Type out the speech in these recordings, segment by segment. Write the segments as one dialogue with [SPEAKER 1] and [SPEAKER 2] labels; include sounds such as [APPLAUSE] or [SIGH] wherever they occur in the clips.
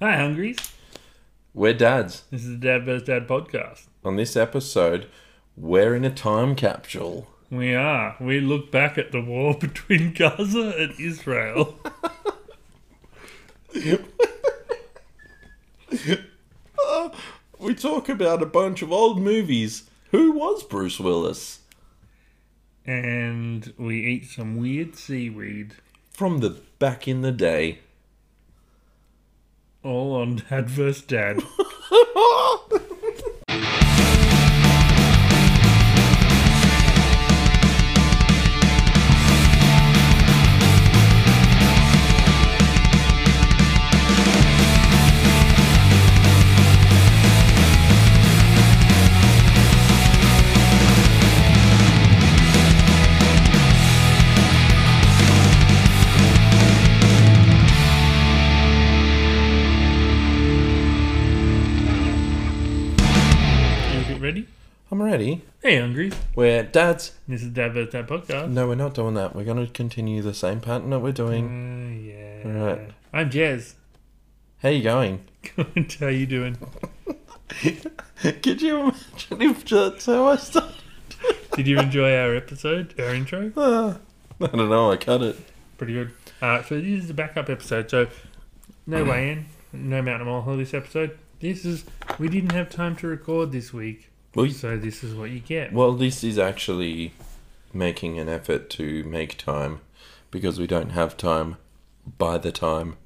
[SPEAKER 1] Hi, Hungries.
[SPEAKER 2] We're dads.
[SPEAKER 1] This is the Dad vs. Dad podcast.
[SPEAKER 2] On this episode, we're in a time [LAUGHS] capsule.
[SPEAKER 1] We are. We look back at the war [LAUGHS] between Gaza and Israel.
[SPEAKER 2] Uh, We talk about a bunch of old movies. Who was Bruce Willis?
[SPEAKER 1] and we eat some weird seaweed
[SPEAKER 2] From the back in the day.
[SPEAKER 1] all on Dad vs. Dad. Are you ready?
[SPEAKER 2] I'm ready.
[SPEAKER 1] Hey, Hungries.
[SPEAKER 2] We're dads.
[SPEAKER 1] This is Dad vs. Dad podcast.
[SPEAKER 2] No, we're not doing that. We're going to continue the same pattern that we're doing.
[SPEAKER 1] Uh, yeah.
[SPEAKER 2] Alright.
[SPEAKER 1] I'm Jez.
[SPEAKER 2] How you going? [LAUGHS]
[SPEAKER 1] Good. [LAUGHS] How you doing?
[SPEAKER 2] Could you imagine if that's how I started?
[SPEAKER 1] Did you enjoy our episode, our intro?
[SPEAKER 2] Ah, I don't know. I cut it.
[SPEAKER 1] Pretty good. Uh, so this is a backup episode. So
[SPEAKER 2] Mm.
[SPEAKER 1] no way in, no Mountain Mile this episode. This is we didn't have time to record this week,
[SPEAKER 2] Well, you-
[SPEAKER 1] so this is what you get.
[SPEAKER 2] Well, this is actually making an effort to make time because we don't have time by the time.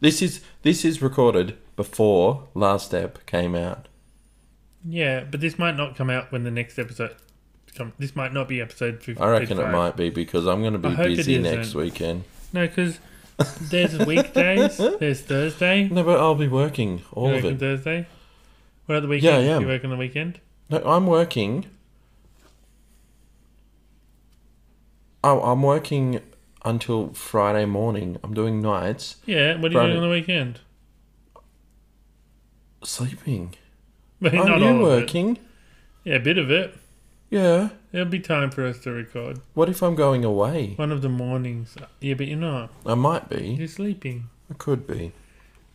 [SPEAKER 2] This is this is recorded before Last Step came out.
[SPEAKER 1] Yeah, but this might not come out when the next episode. Come, this might not be episode fifty.
[SPEAKER 2] I reckon it might be because I'm going to
[SPEAKER 1] I
[SPEAKER 2] be
[SPEAKER 1] hope it
[SPEAKER 2] busy
[SPEAKER 1] isn't.
[SPEAKER 2] next weekend.
[SPEAKER 1] No, because there's
[SPEAKER 2] [LAUGHS]
[SPEAKER 1] weekdays. there's Thursday.
[SPEAKER 2] No, but I'll be working all
[SPEAKER 1] You
[SPEAKER 2] of
[SPEAKER 1] working
[SPEAKER 2] it.
[SPEAKER 1] Thursday. What about the
[SPEAKER 2] Yeah,
[SPEAKER 1] weekend?
[SPEAKER 2] I am.
[SPEAKER 1] You work on the weekend.
[SPEAKER 2] No, I'm working. Oh, I'm working until Friday morning. I'm doing nights
[SPEAKER 1] Yeah. What are you
[SPEAKER 2] Friday.
[SPEAKER 1] doing on the weekend? [LAUGHS]
[SPEAKER 2] sleeping.
[SPEAKER 1] But
[SPEAKER 2] Are
[SPEAKER 1] [LAUGHS] not
[SPEAKER 2] Oh, you
[SPEAKER 1] all of it.
[SPEAKER 2] working?
[SPEAKER 1] Yeah, a bit of it.
[SPEAKER 2] Yeah.
[SPEAKER 1] It'll be time for us to record.
[SPEAKER 2] What if I'm going away?
[SPEAKER 1] One of the mornings. Yeah, but you're not.
[SPEAKER 2] I might be.
[SPEAKER 1] You're sleeping.
[SPEAKER 2] I could be.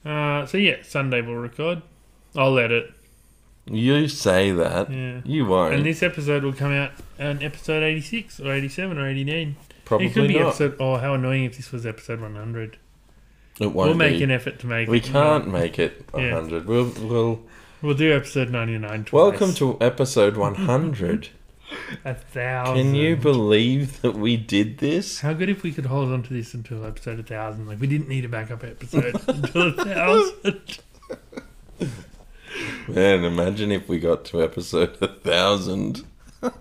[SPEAKER 1] Uh, so yeah, Sunday we'll record. I'll edit.
[SPEAKER 2] You say that.
[SPEAKER 1] Yeah.
[SPEAKER 2] You won't.
[SPEAKER 1] And this episode will come out on episode 86 or 87 or 89.
[SPEAKER 2] Probably
[SPEAKER 1] it could be
[SPEAKER 2] not.
[SPEAKER 1] episode. Oh, how annoying if this was episode 100.
[SPEAKER 2] It won't
[SPEAKER 1] We'll make
[SPEAKER 2] be.
[SPEAKER 1] an effort to make
[SPEAKER 2] we
[SPEAKER 1] it.
[SPEAKER 2] can't make it
[SPEAKER 1] Yeah.
[SPEAKER 2] 100. We'll, we'll...
[SPEAKER 1] We'll do episode 99 twice.
[SPEAKER 2] Welcome to
[SPEAKER 1] [LAUGHS]
[SPEAKER 2] episode 100.
[SPEAKER 1] a thousand.
[SPEAKER 2] Can you believe that we did this?
[SPEAKER 1] How good if we could hold on to this until episode 1000? Like, we didn't need a backup episode [LAUGHS] until 1000.
[SPEAKER 2] Man, imagine if we got to episode 1000. [LAUGHS] We're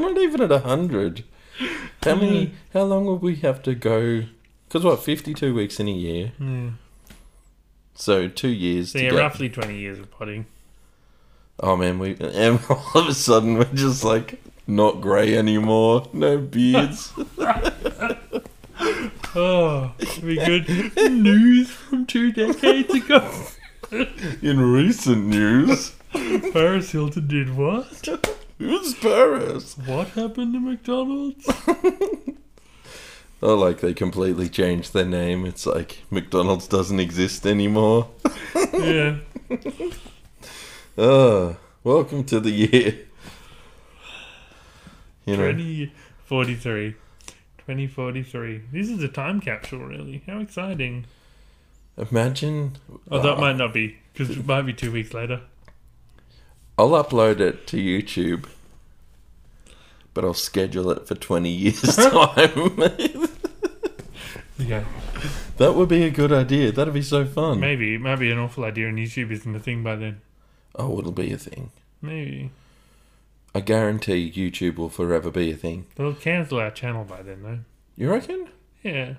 [SPEAKER 2] not even at 100.
[SPEAKER 1] [LAUGHS]
[SPEAKER 2] How many... How long will we have to go... Because, what, 52 weeks in a year?
[SPEAKER 1] Yeah.
[SPEAKER 2] So, two years
[SPEAKER 1] So,
[SPEAKER 2] to
[SPEAKER 1] yeah,
[SPEAKER 2] get
[SPEAKER 1] roughly 20 years of potting.
[SPEAKER 2] Oh man, we and [LAUGHS] all of a sudden we're just like not grey anymore,
[SPEAKER 1] [LAUGHS]
[SPEAKER 2] no beards.
[SPEAKER 1] Oh, we good news from two decades
[SPEAKER 2] [LAUGHS]
[SPEAKER 1] ago.
[SPEAKER 2] In recent news,
[SPEAKER 1] Paris Hilton did what?
[SPEAKER 2] who's Paris?
[SPEAKER 1] What happened to
[SPEAKER 2] [LAUGHS]
[SPEAKER 1] McDonald's?
[SPEAKER 2] Oh, like they completely changed their name. It's like McDonald's doesn't exist anymore.
[SPEAKER 1] yeah.
[SPEAKER 2] Oh, welcome to the year. You know,
[SPEAKER 1] 2043. 2043. This is a time capsule, really. How exciting.
[SPEAKER 2] imagine.
[SPEAKER 1] Oh, that might not be, because it might be two weeks later.
[SPEAKER 2] I'll upload it to YouTube, but I'll schedule it for
[SPEAKER 1] [LAUGHS]
[SPEAKER 2] twenty years time. [LAUGHS]
[SPEAKER 1] Yeah.
[SPEAKER 2] that would be a good idea. That'd be so fun.
[SPEAKER 1] Maybe. It might be an awful idea, and YouTube isn't a thing by then.
[SPEAKER 2] Oh, it'll be a thing.
[SPEAKER 1] Maybe.
[SPEAKER 2] I guarantee YouTube will forever be a thing.
[SPEAKER 1] They'll cancel our channel by then, though.
[SPEAKER 2] You reckon?
[SPEAKER 1] Yeah.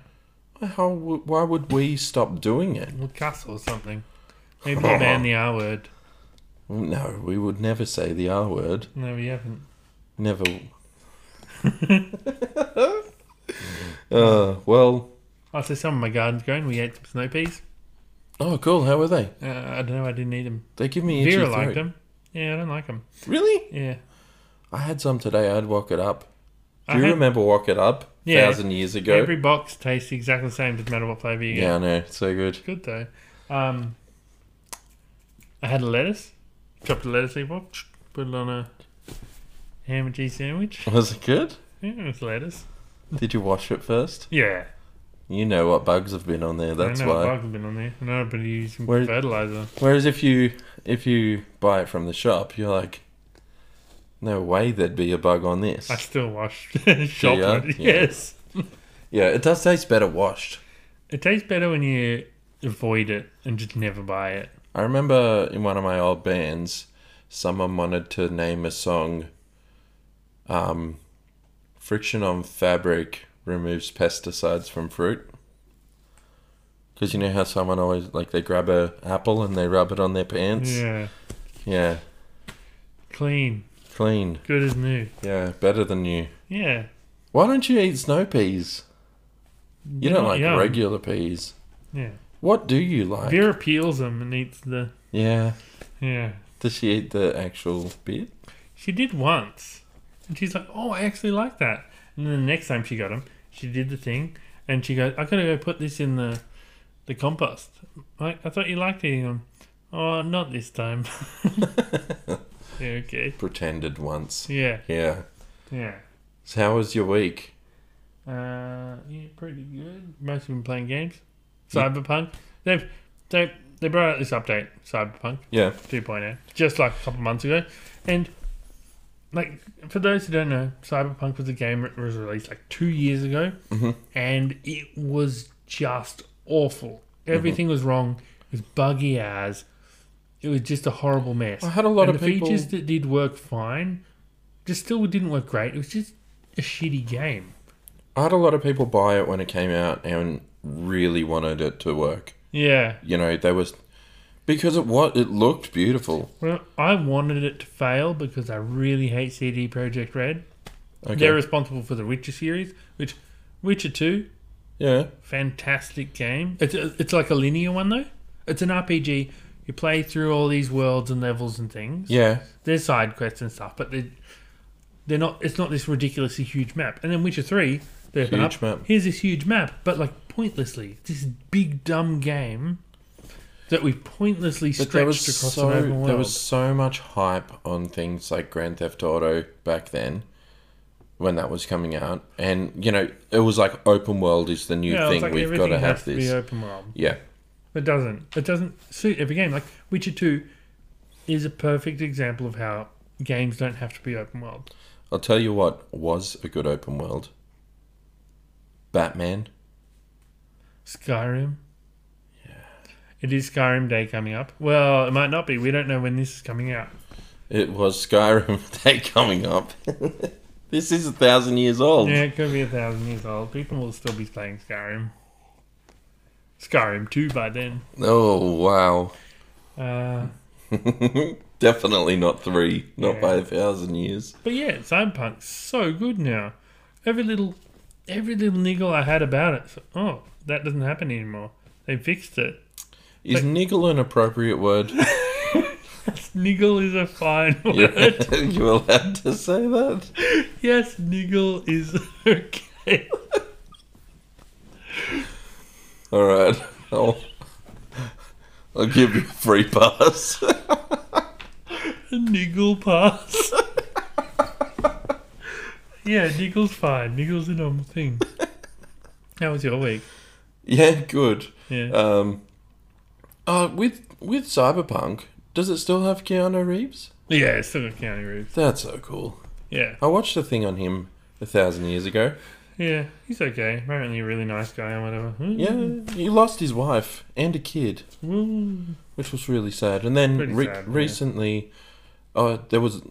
[SPEAKER 2] How? w- Why would we stop doing it?
[SPEAKER 1] We'll cuss or something.
[SPEAKER 2] [LAUGHS]
[SPEAKER 1] Maybe they'll ban the R word.
[SPEAKER 2] No, we would never say the R word.
[SPEAKER 1] No, we haven't.
[SPEAKER 2] Never. [LAUGHS] uh, well.
[SPEAKER 1] Oh, so some of my garden's grown. We ate some snow peas.
[SPEAKER 2] Oh, cool. How were they?
[SPEAKER 1] Uh, I don't know. I didn't eat them.
[SPEAKER 2] They give me itchy
[SPEAKER 1] Vera
[SPEAKER 2] throat.
[SPEAKER 1] liked them. Yeah, I don't like them.
[SPEAKER 2] Really?
[SPEAKER 1] Yeah.
[SPEAKER 2] I had some today. I'd walk it up. Do
[SPEAKER 1] I
[SPEAKER 2] you
[SPEAKER 1] had-
[SPEAKER 2] remember walk it up?
[SPEAKER 1] Yeah.
[SPEAKER 2] Thousand years ago.
[SPEAKER 1] Every box tastes exactly the same, doesn't matter what flavour you
[SPEAKER 2] yeah,
[SPEAKER 1] get.
[SPEAKER 2] I know. So good. [LAUGHS]
[SPEAKER 1] It's good though. Um, I had a lettuce, chopped a lettuce leaf off, put it on a ham and cheese
[SPEAKER 2] [LAUGHS]
[SPEAKER 1] sandwich.
[SPEAKER 2] Was it good?
[SPEAKER 1] Yeah, it was lettuce.
[SPEAKER 2] Did you wash it first?
[SPEAKER 1] Yeah,
[SPEAKER 2] You know what bugs have been on there. That's
[SPEAKER 1] I know
[SPEAKER 2] why.
[SPEAKER 1] bugs have been on there. I know I've been using
[SPEAKER 2] Where-
[SPEAKER 1] fertilizer.
[SPEAKER 2] Whereas if you if you buy it from the shop, you're like, no way there'd be a bug on this.
[SPEAKER 1] I still wash [LAUGHS] shop.
[SPEAKER 2] ya?
[SPEAKER 1] it.
[SPEAKER 2] Yeah.
[SPEAKER 1] Yes,
[SPEAKER 2] Yeah, it does taste better washed.
[SPEAKER 1] it tastes better when you avoid it and just never buy it.
[SPEAKER 2] I remember in one of my old bands, someone wanted to name a song. Um, friction on fabric removes pesticides from fruit. Because you know how someone always like they grab a apple and they rub it on their pants.
[SPEAKER 1] Yeah,
[SPEAKER 2] yeah
[SPEAKER 1] clean,
[SPEAKER 2] clean.
[SPEAKER 1] good as new.
[SPEAKER 2] Yeah, better than you.
[SPEAKER 1] Yeah,
[SPEAKER 2] Why don't you eat snow peas? You
[SPEAKER 1] They're
[SPEAKER 2] don't
[SPEAKER 1] not
[SPEAKER 2] like
[SPEAKER 1] yum.
[SPEAKER 2] regular peas.
[SPEAKER 1] Yeah,
[SPEAKER 2] What do you like?
[SPEAKER 1] Vera peels them and eats the.
[SPEAKER 2] Yeah.
[SPEAKER 1] Yeah,
[SPEAKER 2] Does she eat the actual bit?
[SPEAKER 1] she did once, and she's like, "Oh, I actually like that." And then the next time she got them, she did the thing, and she goes, "I gotta go put this in the, the compost." Like, I thought you liked eating them. Oh, not this time. Yeah, okay.
[SPEAKER 2] Pretended once.
[SPEAKER 1] Yeah,
[SPEAKER 2] Yeah.
[SPEAKER 1] yeah.
[SPEAKER 2] So how was your week?
[SPEAKER 1] Uh, yeah, pretty good. Most of them playing games. Cyberpunk. They've they they brought out this update, Cyberpunk
[SPEAKER 2] Yeah.
[SPEAKER 1] 2.0, oh, just like a couple months ago, and like for those who don't know, Cyberpunk was a game that was released like two years ago,
[SPEAKER 2] Mhm.
[SPEAKER 1] and it was just awful. Everything was wrong. It was buggy as. It was just a horrible mess.
[SPEAKER 2] I had a lot
[SPEAKER 1] And
[SPEAKER 2] of
[SPEAKER 1] the
[SPEAKER 2] people.
[SPEAKER 1] features that did work fine, just still didn't work great. It was just a shitty game.
[SPEAKER 2] I had a lot of people buy it when it came out and really wanted it to work.
[SPEAKER 1] Yeah.
[SPEAKER 2] You know, they was because it what it looked beautiful.
[SPEAKER 1] Well, I wanted it to fail because I really hate CD Projekt Red.
[SPEAKER 2] Okay.
[SPEAKER 1] They're responsible for the Witcher series, which Witcher Two,
[SPEAKER 2] yeah.
[SPEAKER 1] fantastic game. It's it's like a linear one though. It's an RPG. You play through all these worlds and levels and things.
[SPEAKER 2] Yeah.
[SPEAKER 1] There's side quests and stuff, but they they're not. It's not this ridiculously huge map. And then Witcher Three, they open
[SPEAKER 2] Huge
[SPEAKER 1] up.
[SPEAKER 2] map.
[SPEAKER 1] Here's this huge map, but like pointlessly, this big dumb game that we pointlessly
[SPEAKER 2] But
[SPEAKER 1] stretched
[SPEAKER 2] there was
[SPEAKER 1] across
[SPEAKER 2] so
[SPEAKER 1] an open world.
[SPEAKER 2] there was so much hype on things like Grand Theft Auto back then when that was coming out, and you know it was like open world is the new
[SPEAKER 1] yeah,
[SPEAKER 2] thing.
[SPEAKER 1] it's like
[SPEAKER 2] We've got
[SPEAKER 1] everything
[SPEAKER 2] to
[SPEAKER 1] has
[SPEAKER 2] have
[SPEAKER 1] to be
[SPEAKER 2] this.
[SPEAKER 1] open world.
[SPEAKER 2] yeah,
[SPEAKER 1] It doesn't. It doesn't suit every game. Like Witcher Two is a perfect example of how games don't have to be open world.
[SPEAKER 2] I'll tell you what was a good open world. Batman.
[SPEAKER 1] Skyrim. It is Skyrim Day coming up. Well, it might not be. We don't know when this is coming out.
[SPEAKER 2] It was Skyrim [LAUGHS] Day coming up. [LAUGHS] this is a thousand years old.
[SPEAKER 1] Yeah, it could be a thousand years old. People will still be playing Skyrim. Skyrim 2 by then.
[SPEAKER 2] Oh wow!
[SPEAKER 1] Uh,
[SPEAKER 2] Definitely not three. Not
[SPEAKER 1] Yeah.
[SPEAKER 2] by a thousand years.
[SPEAKER 1] but yeah, Cyberpunk's so good now. Every little, every little niggle I had about it. So, oh, that doesn't happen anymore. They fixed it.
[SPEAKER 2] Is niggle an appropriate word?
[SPEAKER 1] Niggle is a fine word.
[SPEAKER 2] [LAUGHS] Yeah. you allowed to say that?
[SPEAKER 1] Yes, niggle is okay.
[SPEAKER 2] All right. I'll, I'll give you a free pass. [LAUGHS]
[SPEAKER 1] A niggle
[SPEAKER 2] [LAUGHS]
[SPEAKER 1] pass. yeah, niggle's fine. Niggle's a normal thing. How was your week?
[SPEAKER 2] yeah, good.
[SPEAKER 1] Yeah.
[SPEAKER 2] Um, uh, with with Cyberpunk, does it still have Keanu Reeves?
[SPEAKER 1] yeah, it's still got Keanu Reeves.
[SPEAKER 2] That's so cool.
[SPEAKER 1] Yeah.
[SPEAKER 2] I watched a thing on him a thousand years ago.
[SPEAKER 1] Yeah, he's okay. Apparently a really nice guy and whatever. Hmm?
[SPEAKER 2] Yeah, he lost his wife and a kid,
[SPEAKER 1] Mm.
[SPEAKER 2] which was really sad. And then
[SPEAKER 1] Pretty
[SPEAKER 2] re-
[SPEAKER 1] sad, yeah.
[SPEAKER 2] recently, uh, there was,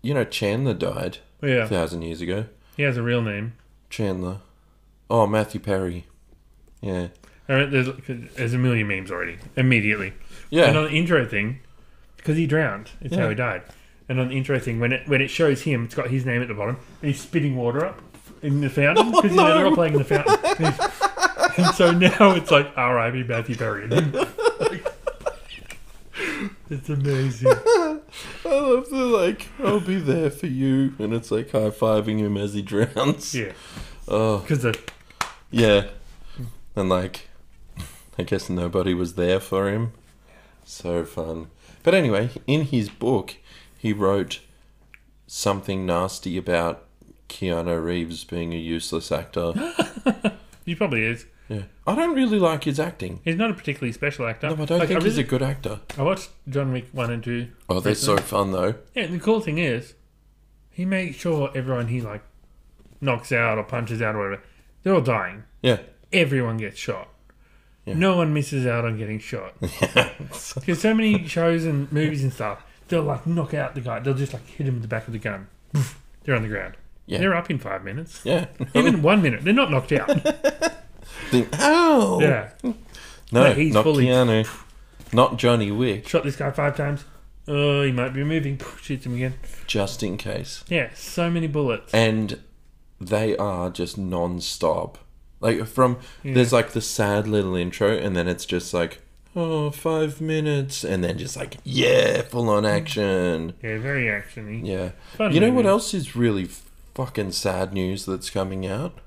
[SPEAKER 2] you know, Chandler died a
[SPEAKER 1] Yeah,
[SPEAKER 2] thousand years ago.
[SPEAKER 1] he has a real name.
[SPEAKER 2] Chandler. Oh, Matthew Perry. Yeah.
[SPEAKER 1] All right, there's, there's a million memes already. Immediately. And
[SPEAKER 2] [LAUGHS] Yeah.
[SPEAKER 1] on the intro thing, because he drowned, it's
[SPEAKER 2] Yeah.
[SPEAKER 1] how he died. And on the intro thing, when it when it shows him, it's got his name at the bottom, and he's spitting water up in the fountain
[SPEAKER 2] Oh,
[SPEAKER 1] because you know they're all playing in the
[SPEAKER 2] [LAUGHS]
[SPEAKER 1] fountain. and so now it's like R.I.P. Matthew Perry.
[SPEAKER 2] [LAUGHS]
[SPEAKER 1] it's amazing.
[SPEAKER 2] I love the, like, I'll be there for you. And it's like high fiving him as he drowns.
[SPEAKER 1] Yeah,
[SPEAKER 2] Oh,
[SPEAKER 1] because the
[SPEAKER 2] yeah. And like, I guess nobody was there for him. So fun. But anyway, in his book, he wrote something nasty about Keanu Reeves being a useless actor.
[SPEAKER 1] [GASPS] He probably is.
[SPEAKER 2] yeah. I don't really like his acting.
[SPEAKER 1] He's not a particularly special actor.
[SPEAKER 2] No, I don't
[SPEAKER 1] Like,
[SPEAKER 2] think
[SPEAKER 1] I
[SPEAKER 2] he's a
[SPEAKER 1] really-
[SPEAKER 2] good actor.
[SPEAKER 1] I watched John Wick 1 and 2.
[SPEAKER 2] Oh, they're so
[SPEAKER 1] Recently.
[SPEAKER 2] fun though.
[SPEAKER 1] Yeah, and the cool thing is, he makes sure everyone he, like, knocks out or punches out or whatever, they're all dying.
[SPEAKER 2] Yeah.
[SPEAKER 1] Everyone gets shot.
[SPEAKER 2] Yeah.
[SPEAKER 1] No one misses out on getting
[SPEAKER 2] [LAUGHS]
[SPEAKER 1] shot. Because so many shows and movies and stuff, they'll like knock out the guy. They'll just like hit him with the back of the gun. Poof, [LAUGHS] They're on the ground.
[SPEAKER 2] Yeah.
[SPEAKER 1] They're up in five
[SPEAKER 2] [LAUGHS]
[SPEAKER 1] minutes. [LAUGHS]
[SPEAKER 2] yeah.
[SPEAKER 1] Even one minute. They're not knocked
[SPEAKER 2] [LAUGHS]
[SPEAKER 1] out.
[SPEAKER 2] Think, Ow!
[SPEAKER 1] yeah.
[SPEAKER 2] No,
[SPEAKER 1] No, he's
[SPEAKER 2] not
[SPEAKER 1] fully-
[SPEAKER 2] Keanu. Not Johnny Wick,
[SPEAKER 1] Shot this guy five times. Oh, he might be moving. [LAUGHS] Poof, Shoots him again.
[SPEAKER 2] just in case.
[SPEAKER 1] Yeah, so many bullets.
[SPEAKER 2] And they are just non stop. Like, from. There's like the sad little intro, and then it's just like, oh, five minutes. And then just like, yeah, full on action.
[SPEAKER 1] Yeah, very actiony.
[SPEAKER 2] Yeah.
[SPEAKER 1] Mm. Fun
[SPEAKER 2] you know what
[SPEAKER 1] movie.
[SPEAKER 2] else is really fucking sad news that's coming out?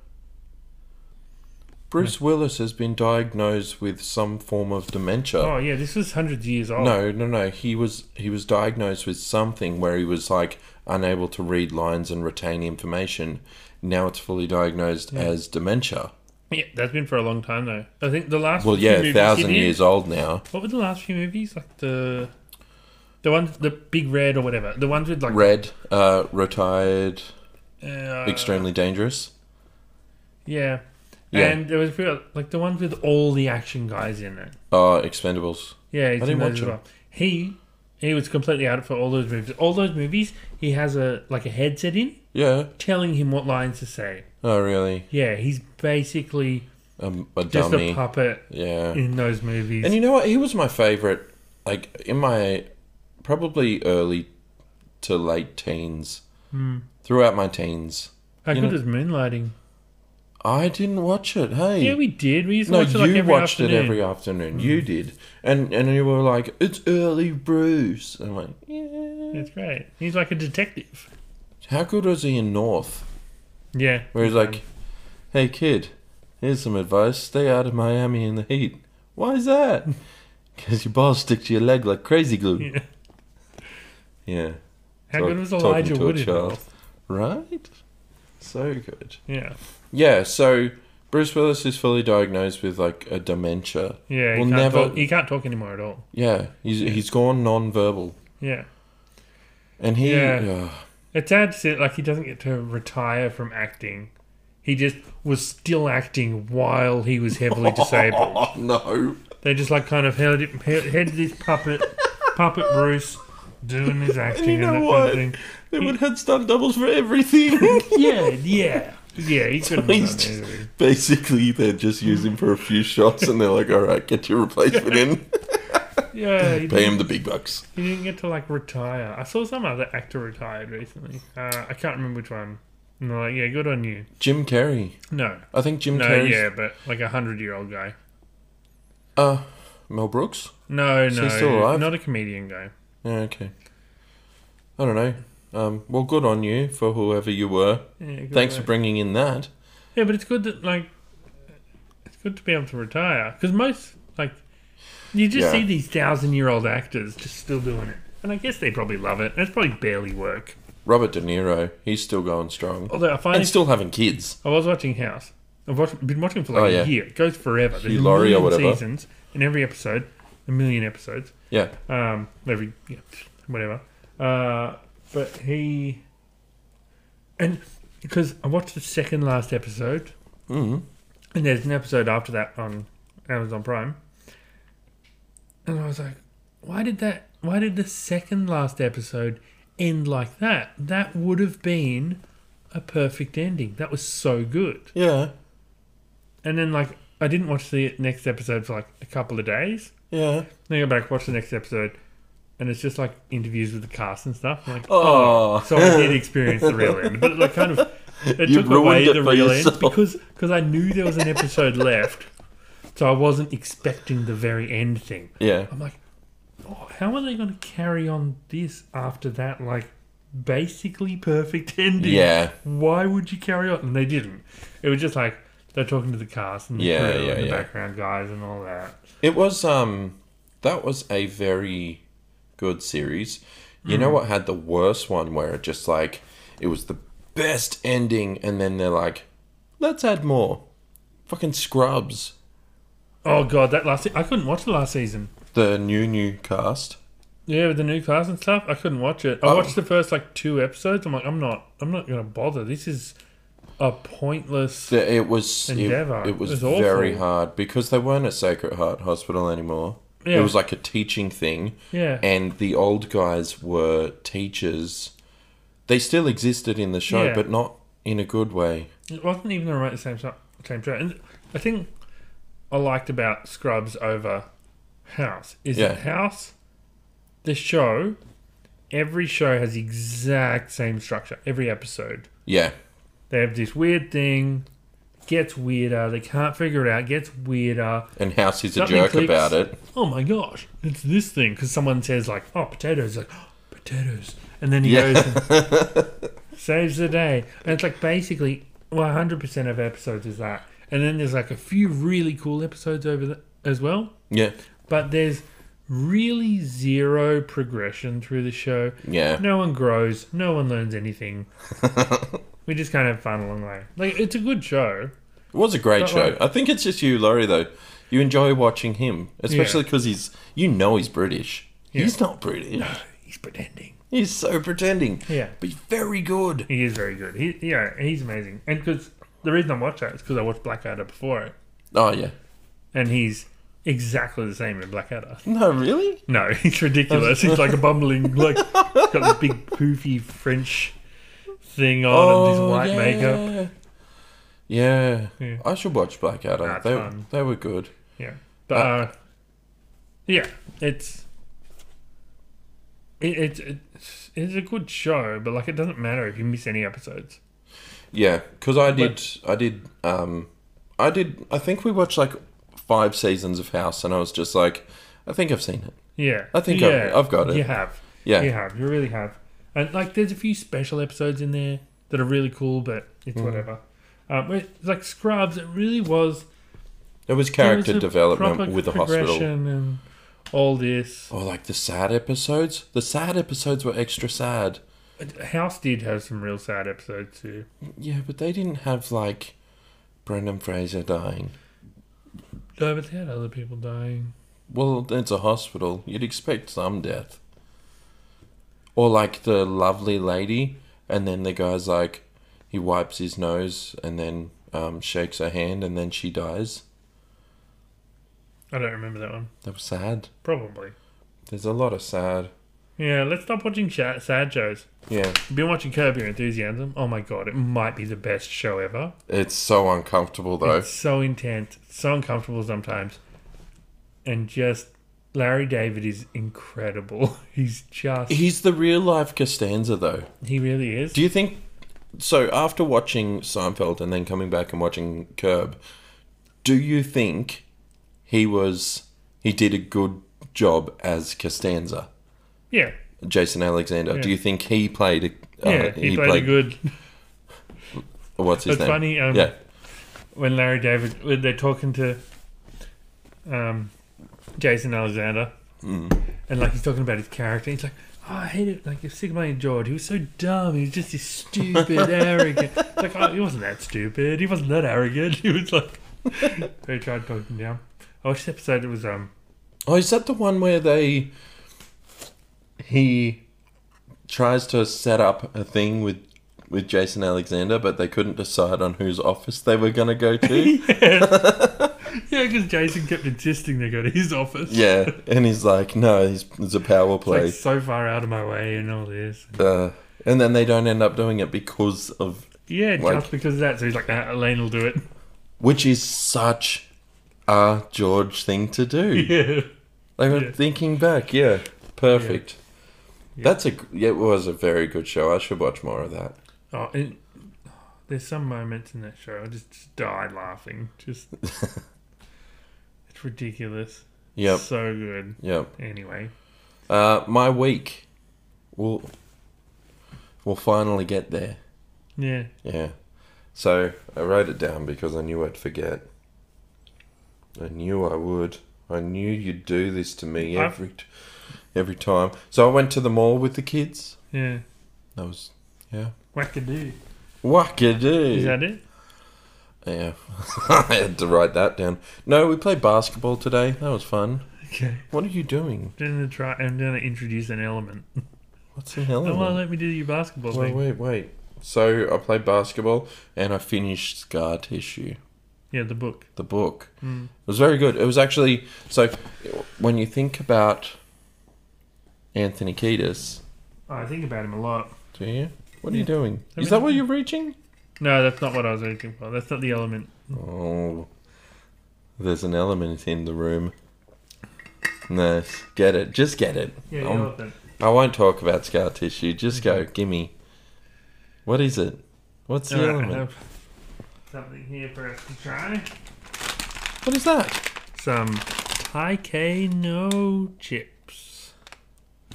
[SPEAKER 2] Bruce Willis has been diagnosed with some form of dementia.
[SPEAKER 1] Oh yeah, this was hundreds of years old.
[SPEAKER 2] No, no, no. He was he was diagnosed with something where he was like unable to read lines and retain information. Now it's fully diagnosed as dementia.
[SPEAKER 1] Yeah, that's been for a long time though. I think the last
[SPEAKER 2] Well,
[SPEAKER 1] few
[SPEAKER 2] yeah,
[SPEAKER 1] movies
[SPEAKER 2] a
[SPEAKER 1] he
[SPEAKER 2] thousand
[SPEAKER 1] did-
[SPEAKER 2] years old now.
[SPEAKER 1] What were the last few movies like the the ones the big red or whatever the ones with like
[SPEAKER 2] Red, uh, retired,
[SPEAKER 1] uh,
[SPEAKER 2] extremely dangerous.
[SPEAKER 1] Yeah.
[SPEAKER 2] Yeah.
[SPEAKER 1] And there was a few, oth- like the ones with all the action guys in it.
[SPEAKER 2] Oh, Expendables.
[SPEAKER 1] Yeah, he's
[SPEAKER 2] I didn't
[SPEAKER 1] in those
[SPEAKER 2] watch
[SPEAKER 1] as
[SPEAKER 2] them.
[SPEAKER 1] well. He he was completely out for all those movies. All those movies, he has a like a headset in
[SPEAKER 2] Yeah.
[SPEAKER 1] telling him what lines to say.
[SPEAKER 2] Oh, really?
[SPEAKER 1] Yeah, he's basically
[SPEAKER 2] Um, a
[SPEAKER 1] just
[SPEAKER 2] dummy.
[SPEAKER 1] a puppet
[SPEAKER 2] yeah.
[SPEAKER 1] in those movies.
[SPEAKER 2] And you know what? He was my favorite. Like in my probably early to late teens,
[SPEAKER 1] Hmm.
[SPEAKER 2] throughout my teens.
[SPEAKER 1] How
[SPEAKER 2] you
[SPEAKER 1] good
[SPEAKER 2] know-
[SPEAKER 1] was Moonlighting?
[SPEAKER 2] I didn't watch it. Hey.
[SPEAKER 1] Yeah, we did. We used to
[SPEAKER 2] No,
[SPEAKER 1] watch it
[SPEAKER 2] you
[SPEAKER 1] like every
[SPEAKER 2] watched
[SPEAKER 1] afternoon. Mm.
[SPEAKER 2] it every afternoon. You did, and and you were like, "It's early, Bruce." I'm like, "Yeah."
[SPEAKER 1] That's great. He's like a detective.
[SPEAKER 2] How good was he in North?
[SPEAKER 1] Yeah.
[SPEAKER 2] Where he's like, "Hey, kid, here's some advice: stay out of Miami in the heat." Why is that? [LAUGHS] Because your balls stick to your leg like crazy glue.
[SPEAKER 1] Yeah.
[SPEAKER 2] Yeah,
[SPEAKER 1] How
[SPEAKER 2] Talk-
[SPEAKER 1] good was
[SPEAKER 2] talking
[SPEAKER 1] Elijah
[SPEAKER 2] to a
[SPEAKER 1] Wood in
[SPEAKER 2] child.
[SPEAKER 1] Elf?
[SPEAKER 2] right. So good.
[SPEAKER 1] Yeah.
[SPEAKER 2] Yeah. So Bruce Willis is fully diagnosed with like a dementia.
[SPEAKER 1] Yeah. He,
[SPEAKER 2] We'll
[SPEAKER 1] can't
[SPEAKER 2] never-
[SPEAKER 1] talk, he can't talk anymore at all.
[SPEAKER 2] Yeah, he's he's gone non-verbal,
[SPEAKER 1] Yeah.
[SPEAKER 2] and he.
[SPEAKER 1] Yeah.
[SPEAKER 2] Ugh.
[SPEAKER 1] It's sad to see, like, he doesn't get to retire from acting. He just was still acting while he was
[SPEAKER 2] [LAUGHS]
[SPEAKER 1] heavily disabled.
[SPEAKER 2] Oh no.
[SPEAKER 1] they just, like, kind of held, him, he- had this puppet, puppet Bruce doing his acting and,
[SPEAKER 2] know
[SPEAKER 1] that
[SPEAKER 2] what?
[SPEAKER 1] kind of thing.
[SPEAKER 2] They would have stunt doubles for everything. [LAUGHS]
[SPEAKER 1] Yeah, yeah. Yeah, he could have done
[SPEAKER 2] he's just-
[SPEAKER 1] anything.
[SPEAKER 2] Basically, they just use him for a few shots and they're like, all right, get your
[SPEAKER 1] [LAUGHS]
[SPEAKER 2] replacement in.
[SPEAKER 1] Yeah, he
[SPEAKER 2] Pay
[SPEAKER 1] didn't,
[SPEAKER 2] him the big bucks.
[SPEAKER 1] he didn't get to, like, retire. I saw some other actor retired recently. Uh, I can't remember which one. And they're like, yeah, good on you.
[SPEAKER 2] Jim Carrey.
[SPEAKER 1] No.
[SPEAKER 2] I think Jim
[SPEAKER 1] No,
[SPEAKER 2] Carrey's.
[SPEAKER 1] yeah, but, like, a hundred-year-old guy.
[SPEAKER 2] Uh, Mel Brooks?
[SPEAKER 1] No,
[SPEAKER 2] he
[SPEAKER 1] no.
[SPEAKER 2] still alive?
[SPEAKER 1] Not a comedian guy.
[SPEAKER 2] Yeah, okay. I don't know. Um, well, good on you for whoever you were.
[SPEAKER 1] Yeah, good
[SPEAKER 2] Thanks
[SPEAKER 1] work.
[SPEAKER 2] for bringing in that.
[SPEAKER 1] Yeah, but it's good that like it's good to be able to retire because most like you just
[SPEAKER 2] Yeah.
[SPEAKER 1] see these thousand-year-old actors just still doing it, and I guess they probably love it. And it's probably barely work.
[SPEAKER 2] Robert De Niro, he's still going strong.
[SPEAKER 1] Although I find
[SPEAKER 2] And still having kids.
[SPEAKER 1] I was watching House. I've watched, been watching for like
[SPEAKER 2] Oh,
[SPEAKER 1] a
[SPEAKER 2] yeah.
[SPEAKER 1] year. It goes forever. There's
[SPEAKER 2] Hugh
[SPEAKER 1] a
[SPEAKER 2] Laurie or
[SPEAKER 1] million
[SPEAKER 2] whatever.
[SPEAKER 1] seasons in every episode, a million episodes.
[SPEAKER 2] Yeah.
[SPEAKER 1] Um, every yeah, whatever. Uh, but he and because I watched the second last episode,
[SPEAKER 2] Mm.
[SPEAKER 1] and there's an episode after that on Amazon Prime, and I was like, why did that? Why did the second last episode end like that? That would have been a perfect ending. That was so good.
[SPEAKER 2] Yeah.
[SPEAKER 1] And then like I didn't watch the next episode for like a couple of days.
[SPEAKER 2] Yeah.
[SPEAKER 1] Then I go back, watch the next episode, and it's just like interviews with the cast and stuff. I'm like,
[SPEAKER 2] Oh.
[SPEAKER 1] so I did experience the real end, but it like kind of it
[SPEAKER 2] You
[SPEAKER 1] took away
[SPEAKER 2] ruined it
[SPEAKER 1] the
[SPEAKER 2] for
[SPEAKER 1] real
[SPEAKER 2] yourself.
[SPEAKER 1] end because because I knew there was an episode left, so I wasn't expecting the very end thing.
[SPEAKER 2] Yeah.
[SPEAKER 1] I'm like, oh, how are they going to carry on this after that? Like, basically perfect ending.
[SPEAKER 2] Yeah.
[SPEAKER 1] Why would you carry on? And they didn't. It was just like They're talking to the cast and the
[SPEAKER 2] Yeah,
[SPEAKER 1] crew
[SPEAKER 2] yeah,
[SPEAKER 1] and the
[SPEAKER 2] yeah.
[SPEAKER 1] background guys and all that.
[SPEAKER 2] It was um that was a very good series. You
[SPEAKER 1] Hmm.
[SPEAKER 2] know what had the worst one where it just like it was the best ending and then they're like, let's add more. Fucking scrubs.
[SPEAKER 1] Oh god, that last se- I couldn't watch the last season.
[SPEAKER 2] The new new cast.
[SPEAKER 1] Yeah, with the new cast and stuff, I couldn't watch it. I
[SPEAKER 2] Oh.
[SPEAKER 1] watched the first like two episodes. I'm like, I'm not, I'm not gonna bother. This is a pointless.
[SPEAKER 2] The- It was it,
[SPEAKER 1] Endeavour.
[SPEAKER 2] it was,
[SPEAKER 1] It was awful.
[SPEAKER 2] very hard because they weren't at Sacred Heart Hospital anymore.
[SPEAKER 1] Yeah.
[SPEAKER 2] It was like a teaching thing.
[SPEAKER 1] Yeah.
[SPEAKER 2] and the old guys were teachers. They still existed in the show,
[SPEAKER 1] Yeah.
[SPEAKER 2] but not in a good way.
[SPEAKER 1] It wasn't even the right same so- same show. And I think I liked about Scrubs over House is that
[SPEAKER 2] Yeah.
[SPEAKER 1] House, the show, every show has the exact same structure. Every episode,
[SPEAKER 2] Yeah,
[SPEAKER 1] they have this weird thing, gets weirder. They can't figure it out. Gets weirder.
[SPEAKER 2] and House is a
[SPEAKER 1] Something
[SPEAKER 2] jerk
[SPEAKER 1] clicks.
[SPEAKER 2] about it.
[SPEAKER 1] oh my gosh, it's this thing because someone says like, oh potatoes, like potatoes, and then he
[SPEAKER 2] Yeah.
[SPEAKER 1] goes and saves the day, and it's like basically one hundred percent of episodes is that, and then there's like a few really cool episodes over the, as well,
[SPEAKER 2] Yeah,
[SPEAKER 1] but there's really zero progression through the show.
[SPEAKER 2] yeah,
[SPEAKER 1] No one grows, no one learns anything. we just kind of have fun along the way. Like it's a good show.
[SPEAKER 2] it was a great
[SPEAKER 1] But,
[SPEAKER 2] show.
[SPEAKER 1] like-
[SPEAKER 2] I think it's just you, Laurie, though. You enjoy watching him, especially because he's you know he's British. He's not British.
[SPEAKER 1] He's pretending.
[SPEAKER 2] He's so pretending.
[SPEAKER 1] Yeah.
[SPEAKER 2] but he's very good.
[SPEAKER 1] He is very good. He yeah, he's amazing. And because the reason I watch that is because I watched Blackadder before it,
[SPEAKER 2] Oh yeah.
[SPEAKER 1] and he's exactly the same in Blackadder.
[SPEAKER 2] No, really.
[SPEAKER 1] No, [LAUGHS] he's ridiculous. he's like a
[SPEAKER 2] [LAUGHS]
[SPEAKER 1] bumbling like he's got this big poofy French thing on and this white makeup.
[SPEAKER 2] Oh, Yeah.
[SPEAKER 1] Yeah.
[SPEAKER 2] I should watch Blackadder.
[SPEAKER 1] That's
[SPEAKER 2] they,
[SPEAKER 1] fun.
[SPEAKER 2] they were good.
[SPEAKER 1] Yeah, but uh, yeah, it's it, it's it's it's a good show, but like it doesn't matter if you miss any episodes.
[SPEAKER 2] Yeah, because I did. I did. Um, I did. I think we watched like five seasons of House, and I was just like, I think I've seen it.
[SPEAKER 1] Yeah,
[SPEAKER 2] I think
[SPEAKER 1] yeah,
[SPEAKER 2] I've- I've got it.
[SPEAKER 1] You have.
[SPEAKER 2] Yeah.
[SPEAKER 1] You have. You really have. And like, there's a few special episodes in there that are really cool, but it's
[SPEAKER 2] Mm.
[SPEAKER 1] whatever. Um, it's like Scrubs, it really was
[SPEAKER 2] It was
[SPEAKER 1] there was
[SPEAKER 2] character
[SPEAKER 1] a
[SPEAKER 2] development
[SPEAKER 1] proper
[SPEAKER 2] with the hospital.
[SPEAKER 1] progression and all this.
[SPEAKER 2] Oh, like the sad episodes. The sad episodes were extra sad.
[SPEAKER 1] House did have some real sad episodes too.
[SPEAKER 2] Yeah, but they didn't have like Brendan Fraser dying.
[SPEAKER 1] No, but they had other people dying.
[SPEAKER 2] Well, it's a hospital. You'd expect some death. Or like the lovely lady, and then the guy's like, he wipes his nose and then um, shakes her hand, and then she dies.
[SPEAKER 1] I don't remember that one.
[SPEAKER 2] That was sad.
[SPEAKER 1] Probably.
[SPEAKER 2] There's a lot of sad.
[SPEAKER 1] Yeah, let's stop watching sha sad shows.
[SPEAKER 2] Yeah,
[SPEAKER 1] You've been watching Curb Your Enthusiasm. Oh my god, it might be the best show ever.
[SPEAKER 2] it's so uncomfortable though.
[SPEAKER 1] It's so intense, so uncomfortable sometimes. And just Larry David is incredible. [LAUGHS] He's just
[SPEAKER 2] He's the real life Costanza though.
[SPEAKER 1] he really is.
[SPEAKER 2] Do you think? So after watching Seinfeld and then coming back and watching Curb, do you think he was he did a good job as Costanza?
[SPEAKER 1] yeah.
[SPEAKER 2] Jason Alexander. Do you think he played? A, uh,
[SPEAKER 1] Yeah, he, played, a good
[SPEAKER 2] What's his
[SPEAKER 1] It's
[SPEAKER 2] name?
[SPEAKER 1] funny, um,
[SPEAKER 2] yeah,
[SPEAKER 1] when Larry David when they're talking to um, Jason Alexander,
[SPEAKER 2] Mm.
[SPEAKER 1] and like he's talking about his character, he's like, "Oh, I hate it. Like you're sick of my George. He was so dumb. He was just this
[SPEAKER 2] [LAUGHS]
[SPEAKER 1] stupid, arrogant. It's like oh, he wasn't that stupid. He wasn't that arrogant. [LAUGHS] He was like, they tried to talk him down. I watched the episode. It was um, [LAUGHS]
[SPEAKER 2] Oh, is that the one where they he tries to set up a thing with with Jason Alexander, but they couldn't decide on whose office they were gonna go to.
[SPEAKER 1] yeah, because Jason kept insisting they go to his office.
[SPEAKER 2] yeah, and he's like, "No, he's, it's a power
[SPEAKER 1] It's like
[SPEAKER 2] play,"
[SPEAKER 1] so far out of my way and all this.
[SPEAKER 2] uh, and then they don't end up doing it because of
[SPEAKER 1] Yeah,
[SPEAKER 2] Like-
[SPEAKER 1] just because of that. So he's like, ah, Elaine will
[SPEAKER 2] [LAUGHS]
[SPEAKER 1] do it. [LAUGHS]
[SPEAKER 2] which is such a George thing to do.
[SPEAKER 1] [LAUGHS] Yeah.
[SPEAKER 2] They were
[SPEAKER 1] Yeah.
[SPEAKER 2] thinking back, yeah. Perfect. That's a g- yeah, it was a very good show. I should watch more of that.
[SPEAKER 1] Oh, and there's some moments in that show I just, just died laughing.
[SPEAKER 2] [LAUGHS]
[SPEAKER 1] Just it's ridiculous.
[SPEAKER 2] Yep.
[SPEAKER 1] So good.
[SPEAKER 2] Yep.
[SPEAKER 1] Anyway,
[SPEAKER 2] Uh, my week. We'll we'll finally get there.
[SPEAKER 1] yeah.
[SPEAKER 2] Yeah. So I wrote it down because I knew I'd forget. I knew I would. I knew you'd do this to me
[SPEAKER 1] I've-
[SPEAKER 2] every t- every time. So I went to the mall with the kids.
[SPEAKER 1] Yeah.
[SPEAKER 2] That was yeah.
[SPEAKER 1] Wackadoo.
[SPEAKER 2] Wackadoo.
[SPEAKER 1] Is that it?
[SPEAKER 2] Yeah, [LAUGHS] I had to write that down. No, we played basketball today. That was fun.
[SPEAKER 1] Okay.
[SPEAKER 2] What are you doing?
[SPEAKER 1] Then the try. I'm gonna introduce an element.
[SPEAKER 2] What's the hell?
[SPEAKER 1] Oh, well, let me do your basketball
[SPEAKER 2] wait,
[SPEAKER 1] thing.
[SPEAKER 2] wait, wait. So I played basketball and I finished Scar Tissue,
[SPEAKER 1] Yeah, the book.
[SPEAKER 2] the book.
[SPEAKER 1] Mm.
[SPEAKER 2] It was very good. It was actually so. When you think about Anthony Kiedis,
[SPEAKER 1] Oh, I think about him a lot.
[SPEAKER 2] do you? What are you
[SPEAKER 1] Yeah.
[SPEAKER 2] doing?
[SPEAKER 1] I
[SPEAKER 2] Is that
[SPEAKER 1] mean-
[SPEAKER 2] what you're reaching?
[SPEAKER 1] No, that's not what I was looking for. That's not the element.
[SPEAKER 2] Oh, there's an element in the room. No, get it. Just get it.
[SPEAKER 1] Yeah,
[SPEAKER 2] Um,
[SPEAKER 1] elephant.
[SPEAKER 2] I won't talk about scar tissue. Just go, gimme. What is it? What's the
[SPEAKER 1] Alright, I
[SPEAKER 2] element?
[SPEAKER 1] have something here for us to try.
[SPEAKER 2] What is that?
[SPEAKER 1] Some high K no chips.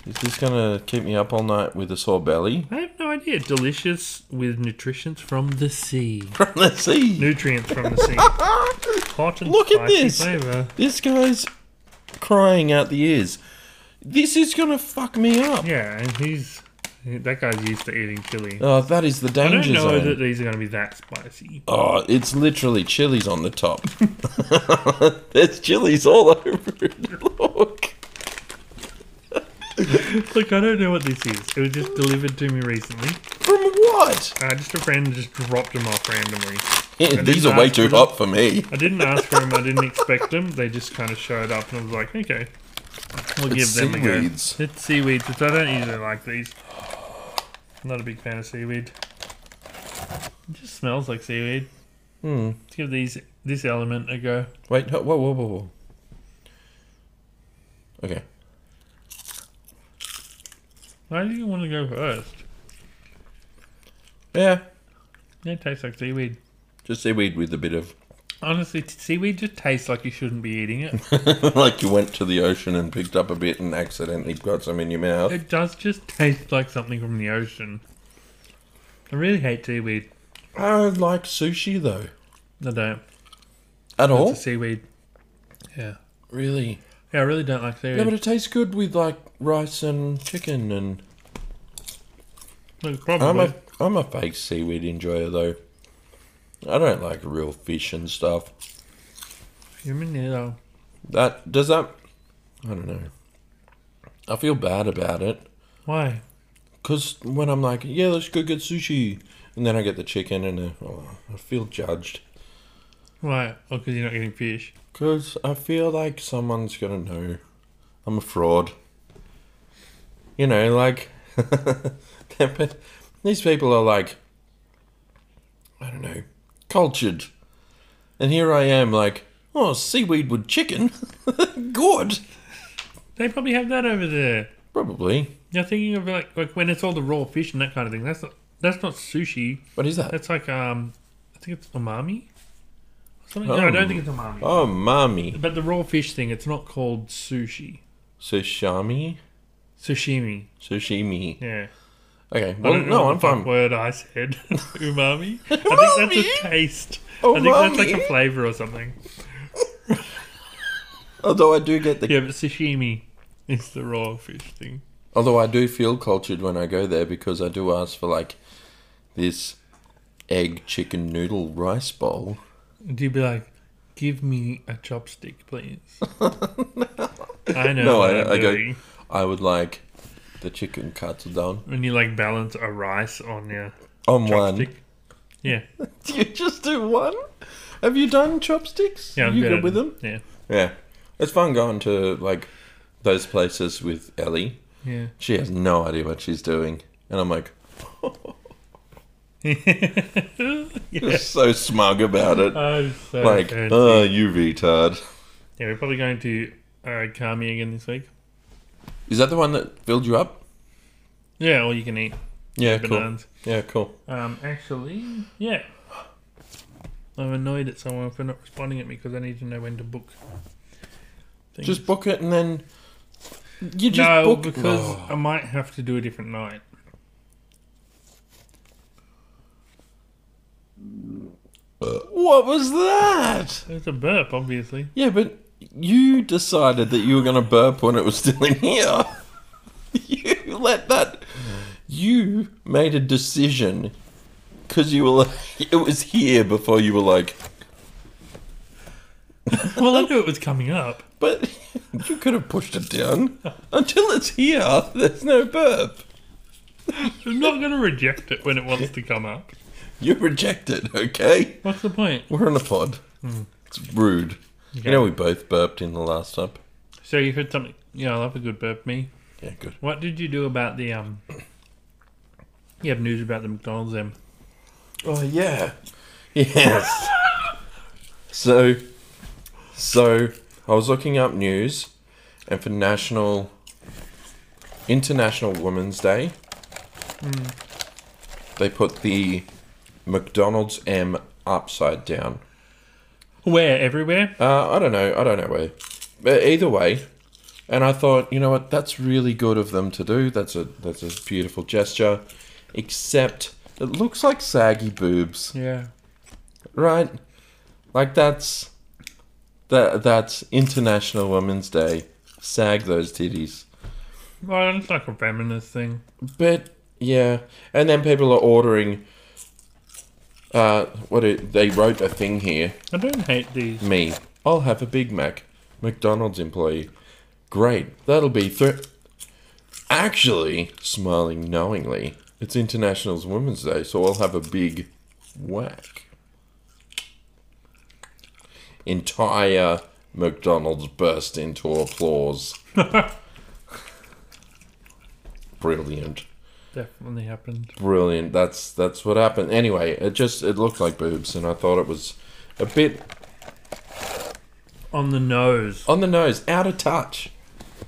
[SPEAKER 2] Is this gonna keep me up all night with a sore belly? [LAUGHS]
[SPEAKER 1] I have no idea. Delicious with nutritions from the sea.
[SPEAKER 2] From the sea. Ah,
[SPEAKER 1] Nutrients from the sea. [LAUGHS] Hot and
[SPEAKER 2] Look at
[SPEAKER 1] spicy
[SPEAKER 2] this.
[SPEAKER 1] flavor.
[SPEAKER 2] This guy's crying out the ears. This is gonna fuck me up.
[SPEAKER 1] Yeah, and he's that guy's used to eating chili.
[SPEAKER 2] Oh, that is the
[SPEAKER 1] I don't
[SPEAKER 2] danger
[SPEAKER 1] know
[SPEAKER 2] zone.
[SPEAKER 1] that these are going to be that spicy.
[SPEAKER 2] Oh, it's literally chilies on the top. [LAUGHS] There's chilies all [LAUGHS] over it. Look.
[SPEAKER 1] Look, I don't know what this is. It was just delivered to me recently.
[SPEAKER 2] From what?
[SPEAKER 1] Uh, just a friend just dropped them off randomly.
[SPEAKER 2] Yeah,
[SPEAKER 1] And
[SPEAKER 2] [LAUGHS] these
[SPEAKER 1] then
[SPEAKER 2] are way
[SPEAKER 1] after
[SPEAKER 2] too
[SPEAKER 1] that-
[SPEAKER 2] hot for me.
[SPEAKER 1] I didn't ask for them. I didn't expect them. They just kind of showed up, and I was like, okay, we'll
[SPEAKER 2] It's
[SPEAKER 1] give them
[SPEAKER 2] seaweeds.
[SPEAKER 1] a go. It's seaweeds, which I don't usually like these. I'm not a big fan of seaweed. It just smells like seaweed.
[SPEAKER 2] Hmm.
[SPEAKER 1] Let's give these this element a go.
[SPEAKER 2] Wait, ho- whoa, whoa, whoa, whoa. Okay.
[SPEAKER 1] Why do you want to go first?
[SPEAKER 2] Yeah,
[SPEAKER 1] It tastes like seaweed.
[SPEAKER 2] just seaweed with a bit of. [LAUGHS]
[SPEAKER 1] Honestly, t- seaweed just tastes like you shouldn't be eating
[SPEAKER 2] [LAUGHS]
[SPEAKER 1] it.
[SPEAKER 2] like you went to the ocean and picked up a bit and accidentally got some in your mouth.
[SPEAKER 1] It does just taste like something from the ocean. I really hate seaweed.
[SPEAKER 2] I don't like sushi though.
[SPEAKER 1] I don't. It's
[SPEAKER 2] At all?
[SPEAKER 1] a seaweed. Yeah.
[SPEAKER 2] Really?
[SPEAKER 1] Yeah, I really don't like seaweed.
[SPEAKER 2] Yeah, but it tastes good with like rice and chicken and.
[SPEAKER 1] Look, probably.
[SPEAKER 2] I'm a, I'm a fake seaweed enjoyer though. I don't like real fish and stuff.
[SPEAKER 1] Human neither.
[SPEAKER 2] That. Does that. I don't know. I feel bad about it.
[SPEAKER 1] Why?
[SPEAKER 2] Because when I'm like, yeah, let's go get sushi. And then I get the chicken and uh, oh, I feel judged.
[SPEAKER 1] Why? Oh, because you're not getting fish.
[SPEAKER 2] Because I feel like someone's going to know I'm a fraud. You know, like, [LAUGHS] they're pe- these people are like, I don't know, cultured. And here I am, like, oh, seaweed with chicken? [LAUGHS] Good.
[SPEAKER 1] They probably have that over there.
[SPEAKER 2] Probably.
[SPEAKER 1] You're thinking of like like when it's all the raw fish and that kind of thing. That's not that's not sushi.
[SPEAKER 2] What is that?
[SPEAKER 1] That's like um, I think it's umami. Something. No, I don't think it's umami.
[SPEAKER 2] Oh, mommy.
[SPEAKER 1] But the raw fish thing, it's not called sushi.
[SPEAKER 2] Sashimi?
[SPEAKER 1] Sashimi.
[SPEAKER 2] Sashimi.
[SPEAKER 1] Yeah.
[SPEAKER 2] Okay.
[SPEAKER 1] I
[SPEAKER 2] Well,
[SPEAKER 1] don't know
[SPEAKER 2] no,
[SPEAKER 1] what
[SPEAKER 2] I'm
[SPEAKER 1] the fuck
[SPEAKER 2] fine.
[SPEAKER 1] Word I said [LAUGHS] umami. I think that's a taste. I think that's like a
[SPEAKER 2] Umami?
[SPEAKER 1] flavor or something.
[SPEAKER 2] Although I do get the,
[SPEAKER 1] Yeah, but sashimi is the raw fish thing.
[SPEAKER 2] although I do feel cultured when I go there because I do ask for like this egg chicken noodle rice bowl.
[SPEAKER 1] Do you be like, give me a chopstick, please? [LAUGHS] I know.
[SPEAKER 2] No,
[SPEAKER 1] what
[SPEAKER 2] I-
[SPEAKER 1] I'm
[SPEAKER 2] I go-
[SPEAKER 1] doing.
[SPEAKER 2] I would like the chicken katsudon
[SPEAKER 1] When you like balance a rice on your
[SPEAKER 2] on
[SPEAKER 1] chopstick. Yeah,
[SPEAKER 2] one. Do [LAUGHS] you just do one? Have you done chopsticks?
[SPEAKER 1] yeah, I'm
[SPEAKER 2] you
[SPEAKER 1] good
[SPEAKER 2] good
[SPEAKER 1] at
[SPEAKER 2] with
[SPEAKER 1] them.
[SPEAKER 2] them? Yeah, it's fun going to like those places with Ellie.
[SPEAKER 1] Yeah, [LAUGHS]
[SPEAKER 2] She has no idea what she's doing, and I'm like, [LAUGHS]
[SPEAKER 1] yeah. yeah.
[SPEAKER 2] just so smug about
[SPEAKER 1] [LAUGHS]
[SPEAKER 2] it.
[SPEAKER 1] I'm so
[SPEAKER 2] like,
[SPEAKER 1] fancy.
[SPEAKER 2] oh, you retard.
[SPEAKER 1] uh, yeah, we're probably going to uh, Kami again this week.
[SPEAKER 2] Is that the one that filled you up?
[SPEAKER 1] Yeah, all you can eat
[SPEAKER 2] Yeah, cool.
[SPEAKER 1] bananas.
[SPEAKER 2] Yeah, cool.
[SPEAKER 1] Um, actually, yeah. I'm annoyed at someone for not responding at me because I need to know when to book. Things.
[SPEAKER 2] Just book it and then you just
[SPEAKER 1] no,
[SPEAKER 2] book
[SPEAKER 1] because
[SPEAKER 2] Oh.
[SPEAKER 1] I might have to do a different night.
[SPEAKER 2] What was that?
[SPEAKER 1] It's a burp, obviously. [LAUGHS]
[SPEAKER 2] Yeah, but you decided that you were going to burp when it was still in here. [LAUGHS] you let that. You made a decision because you were like, it was here before you were like,
[SPEAKER 1] Well, I knew it was coming up.
[SPEAKER 2] but [LAUGHS] you could have pushed it down. Until it's here, there's no burp.
[SPEAKER 1] I'm not going to reject it when it wants to come up.
[SPEAKER 2] You reject it, okay?
[SPEAKER 1] What's the point?
[SPEAKER 2] We're on a pod.
[SPEAKER 1] Hmm.
[SPEAKER 2] It's rude. You know, we both burped in the last up.
[SPEAKER 1] So you heard something? Yeah, I love a good burp. Me.
[SPEAKER 2] Yeah, good.
[SPEAKER 1] What did you do about the um? You have news about the McDonald's um, M.
[SPEAKER 2] Oh yeah. Yes. [LAUGHS] so so I was looking up news and for National International Women's Day Hmm. they put the McDonald's M upside down.
[SPEAKER 1] Where everywhere?
[SPEAKER 2] Uh, I don't know. I don't know where. But either way, and I thought, you know what? That's really good of them to do. That's a that's a beautiful gesture. Except it looks like saggy boobs
[SPEAKER 1] Yeah.
[SPEAKER 2] right? Like that's that that's International Women's Day. Sag those titties.
[SPEAKER 1] Well, it's like a feminist thing.
[SPEAKER 2] But yeah, and then people are ordering. Uh, what it, they wrote a thing here.
[SPEAKER 1] I don't hate these.
[SPEAKER 2] Me, I'll have a Big Mac. McDonald's employee. Great, that'll be thr Actually, smiling knowingly, it's International Women's Day, so I'll have a big whack. Entire McDonald's burst into applause. Brilliant.
[SPEAKER 1] Definitely happened.
[SPEAKER 2] Brilliant. That's that's what happened. Anyway, it just it looked like boobs and I thought it was a bit
[SPEAKER 1] On the nose.
[SPEAKER 2] on the nose, out of touch.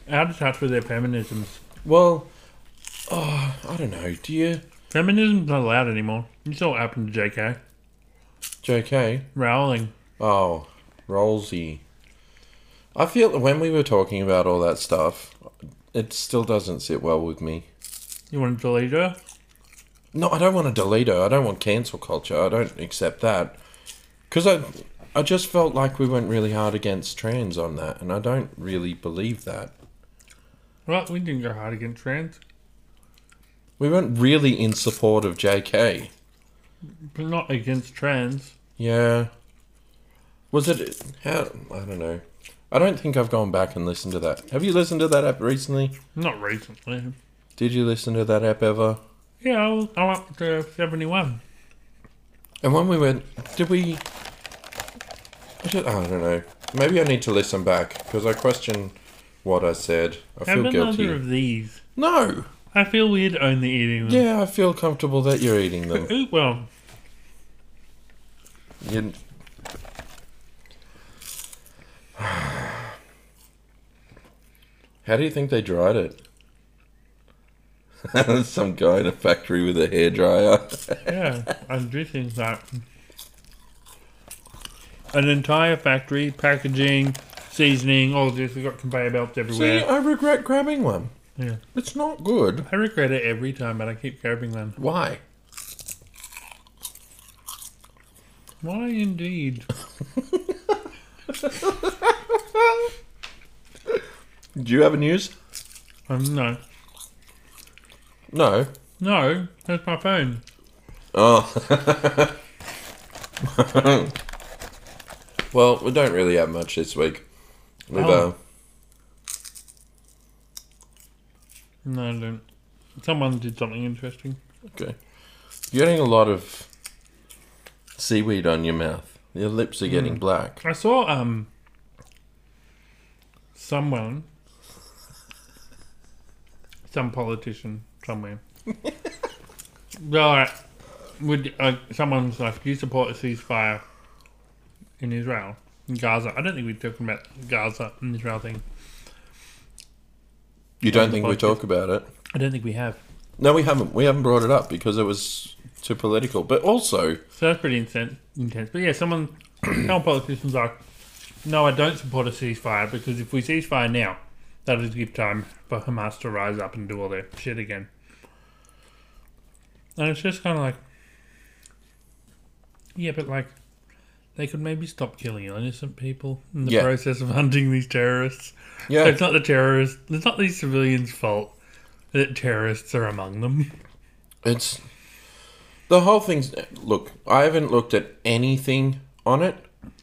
[SPEAKER 1] Out of touch with their feminisms.
[SPEAKER 2] Well, oh, I don't know. Do you,
[SPEAKER 1] Feminism's not allowed anymore. You saw what happened to JK.
[SPEAKER 2] JK?
[SPEAKER 1] Rowling.
[SPEAKER 2] Oh, Rolsey. I feel that when we were talking about all that stuff, it still doesn't sit well with me.
[SPEAKER 1] You want to delete her?
[SPEAKER 2] No, I don't want to delete her. I don't want cancel culture. I don't accept that. Because I, I just felt like we went really hard against trans on that, and I don't really believe that.
[SPEAKER 1] Well, we didn't go hard against trans,
[SPEAKER 2] We went really in support of JK.
[SPEAKER 1] but not against trans.
[SPEAKER 2] Yeah. Was it how I don't know. I don't think I've gone back and listened to that. Have you listened to that app recently?
[SPEAKER 1] Not recently.
[SPEAKER 2] Did you listen to that app ever?
[SPEAKER 1] Yeah, I was, I'm up to 71.
[SPEAKER 2] And when we went, did we? I don't, I don't know. Maybe I need to listen back because I question what I said. I
[SPEAKER 1] Have
[SPEAKER 2] feel
[SPEAKER 1] another
[SPEAKER 2] guilty.
[SPEAKER 1] of these.
[SPEAKER 2] No.
[SPEAKER 1] I feel weird only eating them.
[SPEAKER 2] Yeah, I feel comfortable that you're eating them.
[SPEAKER 1] Ooh, well,
[SPEAKER 2] You... How do you think they dried it? [LAUGHS] Some guy in a factory with a hairdryer.
[SPEAKER 1] yeah, I do think that. An entire factory, packaging, seasoning, all this. We've got conveyor belts
[SPEAKER 2] See,
[SPEAKER 1] everywhere.
[SPEAKER 2] I regret grabbing one.
[SPEAKER 1] yeah.
[SPEAKER 2] It's not good.
[SPEAKER 1] I regret it every time, but I keep grabbing them.
[SPEAKER 2] Why?
[SPEAKER 1] Why indeed?
[SPEAKER 2] Do you have a news?
[SPEAKER 1] Um, no.
[SPEAKER 2] No.
[SPEAKER 1] No, that's my phone.
[SPEAKER 2] Oh. [LAUGHS] well, we don't really have much this week. We've,
[SPEAKER 1] Oh.
[SPEAKER 2] uh,
[SPEAKER 1] No, I don't. Someone did something interesting.
[SPEAKER 2] Okay. You're getting a lot of seaweed on your mouth. Your lips are getting black.
[SPEAKER 1] I saw um someone, some politician somewhere. like, would uh, someone's like, "Do you support a ceasefire in Israel, in Gaza?" I don't think we're talking about Gaza and Israel thing.
[SPEAKER 2] You don't think we
[SPEAKER 1] Like it.
[SPEAKER 2] talk about it?
[SPEAKER 1] I don't think we have.
[SPEAKER 2] No, we haven't. We haven't brought it up because it was too political. But also,
[SPEAKER 1] So that's pretty intense. intense. But yeah, someone, [CLEARS THROAT] some politicians are, no, I don't support a ceasefire because if we ceasefire now, that'll give time for Hamas to rise up and do all their shit again. And it's just kind of like, Yeah, but like, they could maybe stop killing innocent people in the
[SPEAKER 2] Yeah.
[SPEAKER 1] process of [LAUGHS] hunting these terrorists.
[SPEAKER 2] Yeah.
[SPEAKER 1] It's not the terrorists. It's not these civilians' fault that terrorists are among them.
[SPEAKER 2] It's the whole thing's look. I haven't looked at anything on it.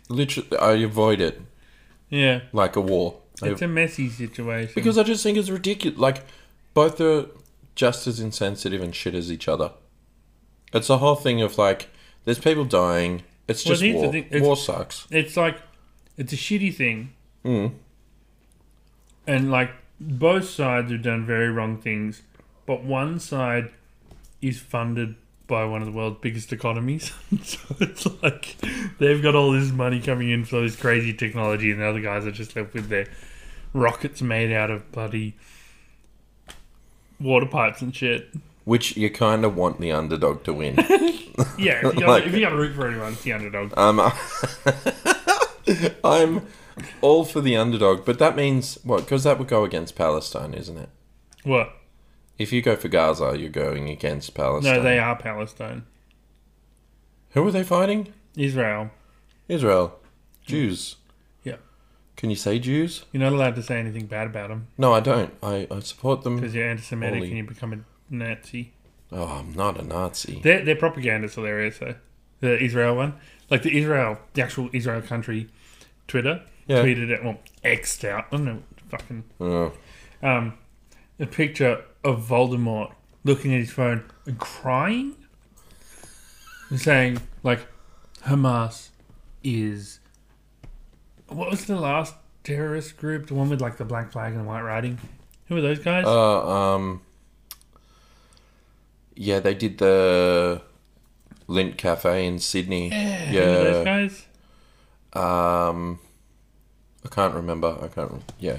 [SPEAKER 2] Literally, I avoid it
[SPEAKER 1] Yeah,
[SPEAKER 2] like a war I-
[SPEAKER 1] it's a messy situation.
[SPEAKER 2] because I just think it's ridiculous. Like both are just as insensitive and shit as each other. It's the whole thing of like there's people dying. It's
[SPEAKER 1] Well,
[SPEAKER 2] just
[SPEAKER 1] here's the
[SPEAKER 2] war.
[SPEAKER 1] thing, it's-
[SPEAKER 2] war sucks.
[SPEAKER 1] it's like it's a shitty thing.
[SPEAKER 2] Mm.
[SPEAKER 1] And like both sides have done very wrong things, but one side is funded by one of the world's biggest economies. [LAUGHS] so it's like they've got all this money coming in for this crazy technology and the other guys are just left with their rockets made out of bloody water pipes and shit.
[SPEAKER 2] Which you kind of want the underdog to win. [LAUGHS]
[SPEAKER 1] Yeah, if you gotta,
[SPEAKER 2] Like-
[SPEAKER 1] if you gotta root for anyone, it's the underdog.
[SPEAKER 2] Um, [LAUGHS] I'm all for the underdog, but that means what? Because that would go against Palestine, isn't it?
[SPEAKER 1] What?
[SPEAKER 2] If you go for Gaza, you're going against Palestine.
[SPEAKER 1] No, they are Palestine.
[SPEAKER 2] Who are they fighting?
[SPEAKER 1] Israel.
[SPEAKER 2] Israel. Jews.
[SPEAKER 1] Yeah.
[SPEAKER 2] Can you say Jews?
[SPEAKER 1] You're not allowed to say anything bad about them
[SPEAKER 2] No, I don't. I, I support them.
[SPEAKER 1] because you're anti-Semitic
[SPEAKER 2] Holy.
[SPEAKER 1] and you become a Nazi.
[SPEAKER 2] Oh, I'm not a Nazi.
[SPEAKER 1] Their their propaganda's hilarious though. The Israel one, like the Israel, the actual Israel country Twitter
[SPEAKER 2] Yeah.
[SPEAKER 1] tweeted it, well, xed out. I don't know, fucking
[SPEAKER 2] Oh,
[SPEAKER 1] um, a picture of Voldemort looking at his phone and crying and saying, like, Hamas is. What was the last terrorist group? The one with, like, the black flag and white writing? Who were those guys?
[SPEAKER 2] Uh, um. Yeah, they did the Lint Cafe in Sydney.
[SPEAKER 1] yeah. Who were those guys?
[SPEAKER 2] Um, I can't remember. I can't. Rem- yeah,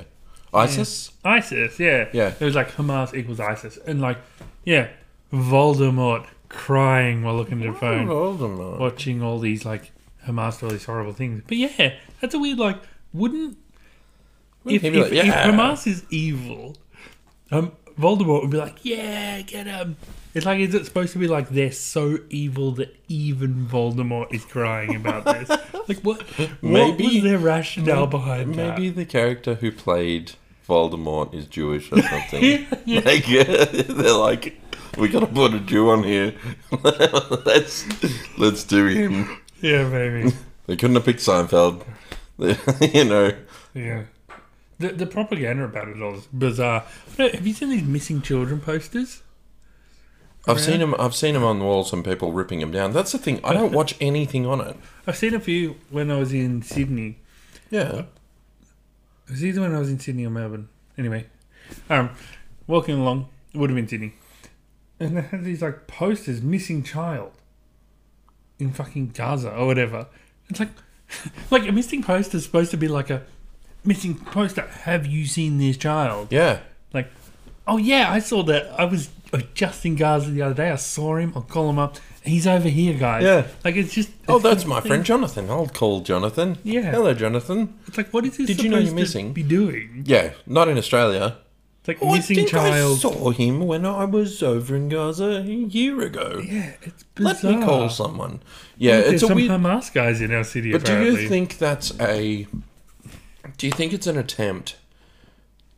[SPEAKER 2] ISIS.
[SPEAKER 1] ISIS, yeah.
[SPEAKER 2] Yeah.
[SPEAKER 1] It was like Hamas equals ISIS. And, like, yeah, Voldemort crying while looking at a phone.
[SPEAKER 2] Oh, Voldemort.
[SPEAKER 1] watching all these like Hamas do all these horrible things. But yeah, that's a weird like. Wouldn't if,
[SPEAKER 2] he
[SPEAKER 1] if,
[SPEAKER 2] be like,
[SPEAKER 1] if
[SPEAKER 2] "Yeah."
[SPEAKER 1] Hamas is evil, um, Voldemort would be like, yeah, get him. It's like, is it supposed to be like they're so evil that even Voldemort is crying about
[SPEAKER 2] [LAUGHS]
[SPEAKER 1] this? like, what? Maybe
[SPEAKER 2] Maybe-
[SPEAKER 1] what was their rationale behind that?
[SPEAKER 2] Maybe the character who played Voldemort is Jewish or something.
[SPEAKER 1] [LAUGHS] Yeah.
[SPEAKER 2] like [LAUGHS] they're like, we gotta put a Jew on here. [LAUGHS] let's let's do him.
[SPEAKER 1] Yeah, maybe.
[SPEAKER 2] They couldn't have picked Seinfeld. [LAUGHS] you know,
[SPEAKER 1] Yeah. The, the propaganda about it all is bizarre. But have you seen these missing children posters?
[SPEAKER 2] I've seen him. I've seen him on the walls and people ripping him down. That's the thing. I don't watch anything on it.
[SPEAKER 1] I've seen a few when I was in Sydney.
[SPEAKER 2] Yeah.
[SPEAKER 1] It was either when I was in Sydney or Melbourne. Anyway, um, walking along, it would have been Sydney, and they had these like posters, missing child, in fucking Gaza or whatever. It's like, [LAUGHS] like a missing poster is supposed to be like a missing poster. Have you seen this child?
[SPEAKER 2] Yeah.
[SPEAKER 1] Like, oh yeah, I saw that. I was uh, just in Gaza the other day. I saw him. I'll call him up. He's over here, guys.
[SPEAKER 2] Yeah.
[SPEAKER 1] Like it's just.
[SPEAKER 2] Oh,
[SPEAKER 1] it's
[SPEAKER 2] that's
[SPEAKER 1] this
[SPEAKER 2] my
[SPEAKER 1] thing-
[SPEAKER 2] friend Jonathan. I'll call Jonathan.
[SPEAKER 1] Yeah.
[SPEAKER 2] Hello, Jonathan.
[SPEAKER 1] It's like, what is this?
[SPEAKER 2] Did you know you're
[SPEAKER 1] supposed to
[SPEAKER 2] missing?
[SPEAKER 1] Be doing.
[SPEAKER 2] Yeah, not in Australia.
[SPEAKER 1] It's like
[SPEAKER 2] Oh, I
[SPEAKER 1] missing
[SPEAKER 2] think
[SPEAKER 1] child.
[SPEAKER 2] I saw him when I was over in Gaza a year ago.
[SPEAKER 1] Yeah, it's
[SPEAKER 2] Let
[SPEAKER 1] bizarre.
[SPEAKER 2] me call someone. Yeah,
[SPEAKER 1] There's
[SPEAKER 2] it's a
[SPEAKER 1] some
[SPEAKER 2] weird.
[SPEAKER 1] Hamas guys in our city.
[SPEAKER 2] But do
[SPEAKER 1] apparently.
[SPEAKER 2] you think that's a? Do you think it's an attempt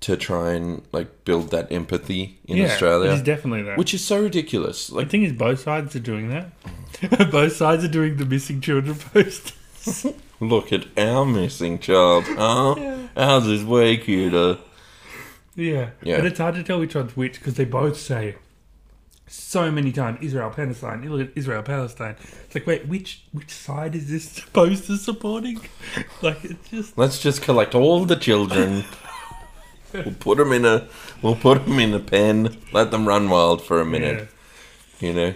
[SPEAKER 2] to try and like build that empathy in
[SPEAKER 1] yeah,
[SPEAKER 2] Australia,
[SPEAKER 1] It is definitely that.
[SPEAKER 2] which is so ridiculous?
[SPEAKER 1] the
[SPEAKER 2] Like,
[SPEAKER 1] thing is, both sides are doing that. [LAUGHS] both sides are doing the missing children [LAUGHS] post.
[SPEAKER 2] look at our missing child. Huh? Ours is way cuter.
[SPEAKER 1] yeah.
[SPEAKER 2] Yeah.
[SPEAKER 1] But it's hard to tell which one's which because they both say so many times Israel Palestine, Israel- Israel Palestine. It's like, wait, which which side is this [LAUGHS] supposed to supporting? [LAUGHS] Like, it's just
[SPEAKER 2] Let's just collect all the children. we'll put them in a we'll put 'em in a pen. Let them run wild for a minute, you know.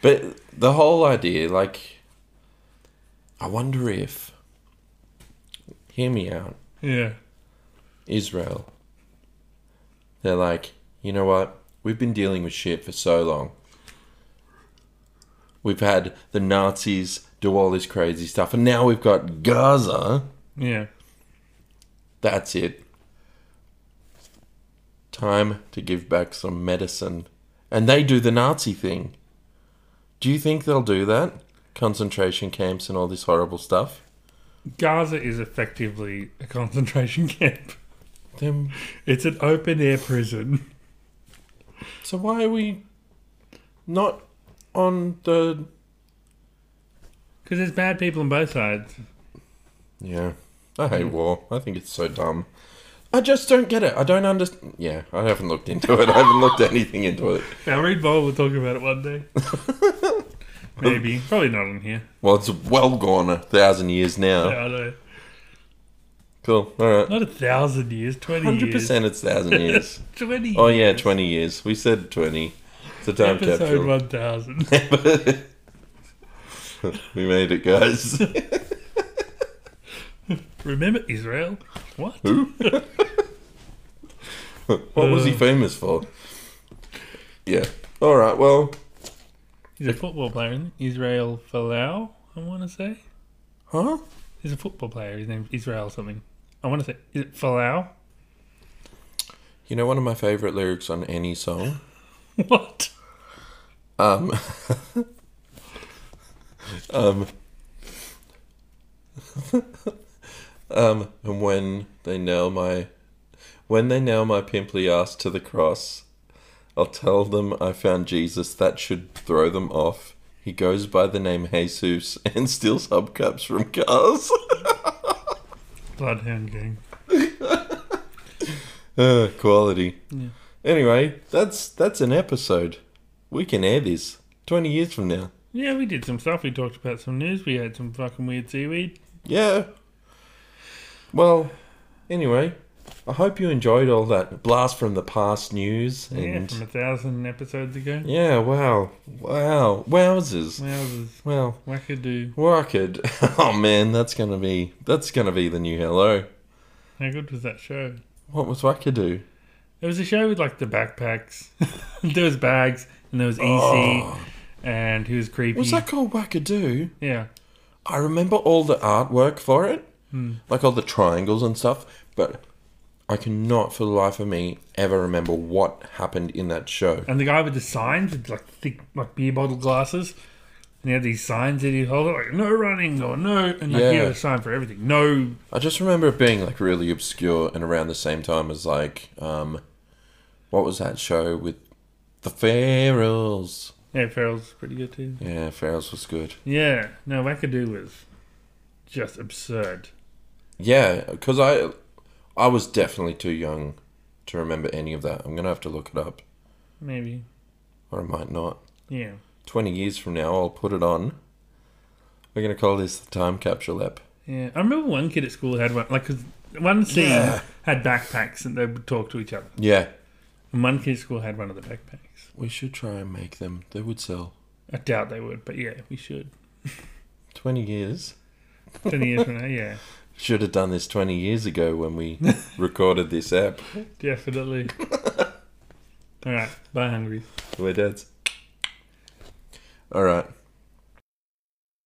[SPEAKER 2] But the whole idea, like, I wonder if. Hear me out,
[SPEAKER 1] yeah, yeah,
[SPEAKER 2] Israel. They're like, you know what? We've been dealing with shit for so long. We've had the Nazis do all this crazy stuff, and now we've got Gaza.
[SPEAKER 1] yeah.
[SPEAKER 2] That's it. Time to give back some medicine. And they do the Nazi thing. Do you think they'll do that? concentration camps and all this horrible stuff.
[SPEAKER 1] Gaza is effectively a concentration [LAUGHS] camp.
[SPEAKER 2] Then
[SPEAKER 1] It's an open air prison. [LAUGHS]
[SPEAKER 2] so why are we not on the
[SPEAKER 1] Because there's bad people on both sides.
[SPEAKER 2] Yeah. I hate war. I think it's so dumb. I just don't get it. I don't understand. Yeah, I haven't looked into it. I haven't looked anything into it.
[SPEAKER 1] Now, Reed Bowl will talk about it one
[SPEAKER 2] [LAUGHS]
[SPEAKER 1] day. Maybe. Probably not on here.
[SPEAKER 2] Well, it's well gone a thousand years now.
[SPEAKER 1] Yeah, I know.
[SPEAKER 2] Cool. All right.
[SPEAKER 1] Not a thousand years, 20
[SPEAKER 2] Hundred
[SPEAKER 1] years.
[SPEAKER 2] percent. It's thousand years.
[SPEAKER 1] 20
[SPEAKER 2] Oh yeah,
[SPEAKER 1] years.
[SPEAKER 2] twenty years. We said twenty. It's a time
[SPEAKER 1] Episode
[SPEAKER 2] capsule.
[SPEAKER 1] 1000.
[SPEAKER 2] [LAUGHS] we made it, guys. [LAUGHS]
[SPEAKER 1] Remember Israel? What?
[SPEAKER 2] what was he famous for? Yeah. All right. Well.
[SPEAKER 1] He's a football player, isn't he? Israel Folau, I want to say.
[SPEAKER 2] Huh?
[SPEAKER 1] He's a football player. His name's Israel something. I want to say. Is it Folau? [LAUGHS]
[SPEAKER 2] You know one of my favorite lyrics on any song.
[SPEAKER 1] What?
[SPEAKER 2] Um, [LAUGHS] um, um, and when they nail my, when they nail my pimply ass to the cross, I'll tell them I found Jesus. That should throw them off. He goes by the name Jesus [LAUGHS] and steals hubcaps from cars. [LAUGHS]
[SPEAKER 1] Bloodhound Gang.
[SPEAKER 2] Uh, quality.
[SPEAKER 1] Yeah.
[SPEAKER 2] Anyway, that's that's an episode. We can air this twenty years from now.
[SPEAKER 1] Yeah, we did some stuff. We talked about some news. We had some fucking weird seaweed.
[SPEAKER 2] Yeah. Well, anyway, I hope you enjoyed all that blast from the past news
[SPEAKER 1] Yeah,
[SPEAKER 2] and
[SPEAKER 1] from a thousand episodes ago.
[SPEAKER 2] yeah, wow, wow, wowzers.
[SPEAKER 1] Wowzers.
[SPEAKER 2] Well,
[SPEAKER 1] Wackadoo.
[SPEAKER 2] well, I could. [LAUGHS] Oh man, that's gonna be that's gonna be the new hello.
[SPEAKER 1] How good was that show?
[SPEAKER 2] What was Wackadoo?
[SPEAKER 1] It was a show with like the backpacks. [LAUGHS] there was bags and there was EC
[SPEAKER 2] Oh.
[SPEAKER 1] and he was creepy.
[SPEAKER 2] Was that called Wackadoo?
[SPEAKER 1] Yeah.
[SPEAKER 2] I remember all the artwork for it,
[SPEAKER 1] Hmm.
[SPEAKER 2] like all the triangles and stuff, but I cannot for the life of me ever remember what happened in that show.
[SPEAKER 1] And the guy with the signs with like thick like beer bottle glasses. And he had these signs that he'd hold up, like no running or no and like he
[SPEAKER 2] Yeah.
[SPEAKER 1] had a sign for everything. No
[SPEAKER 2] I just remember it being like really obscure and around the same time as like um what was that show with the Ferals?
[SPEAKER 1] Yeah, Farrell's pretty good too.
[SPEAKER 2] Yeah, Ferals was good.
[SPEAKER 1] Yeah. No, Wackadoo was just absurd.
[SPEAKER 2] Yeah, cuz I I was definitely too young to remember any of that. I'm going to have to look it up
[SPEAKER 1] Maybe.
[SPEAKER 2] or I might not.
[SPEAKER 1] Yeah.
[SPEAKER 2] 20 years from now I'll put it on. We're going to call this the time capsule app.
[SPEAKER 1] Yeah, I remember one kid at school had one, like, 'cause one scene
[SPEAKER 2] Yeah.
[SPEAKER 1] had backpacks and they would talk to each other.
[SPEAKER 2] Yeah,
[SPEAKER 1] And one kid at school had one of the backpacks.
[SPEAKER 2] we should try and make them. They would sell.
[SPEAKER 1] I doubt they would, but yeah, we should.
[SPEAKER 2] 20 years.
[SPEAKER 1] 20 years from now,
[SPEAKER 2] [LAUGHS]
[SPEAKER 1] yeah,
[SPEAKER 2] Should have done this 20 years ago when we recorded this app. [LAUGHS]
[SPEAKER 1] definitely. All right, bye, hungry.
[SPEAKER 2] My dad's. All right.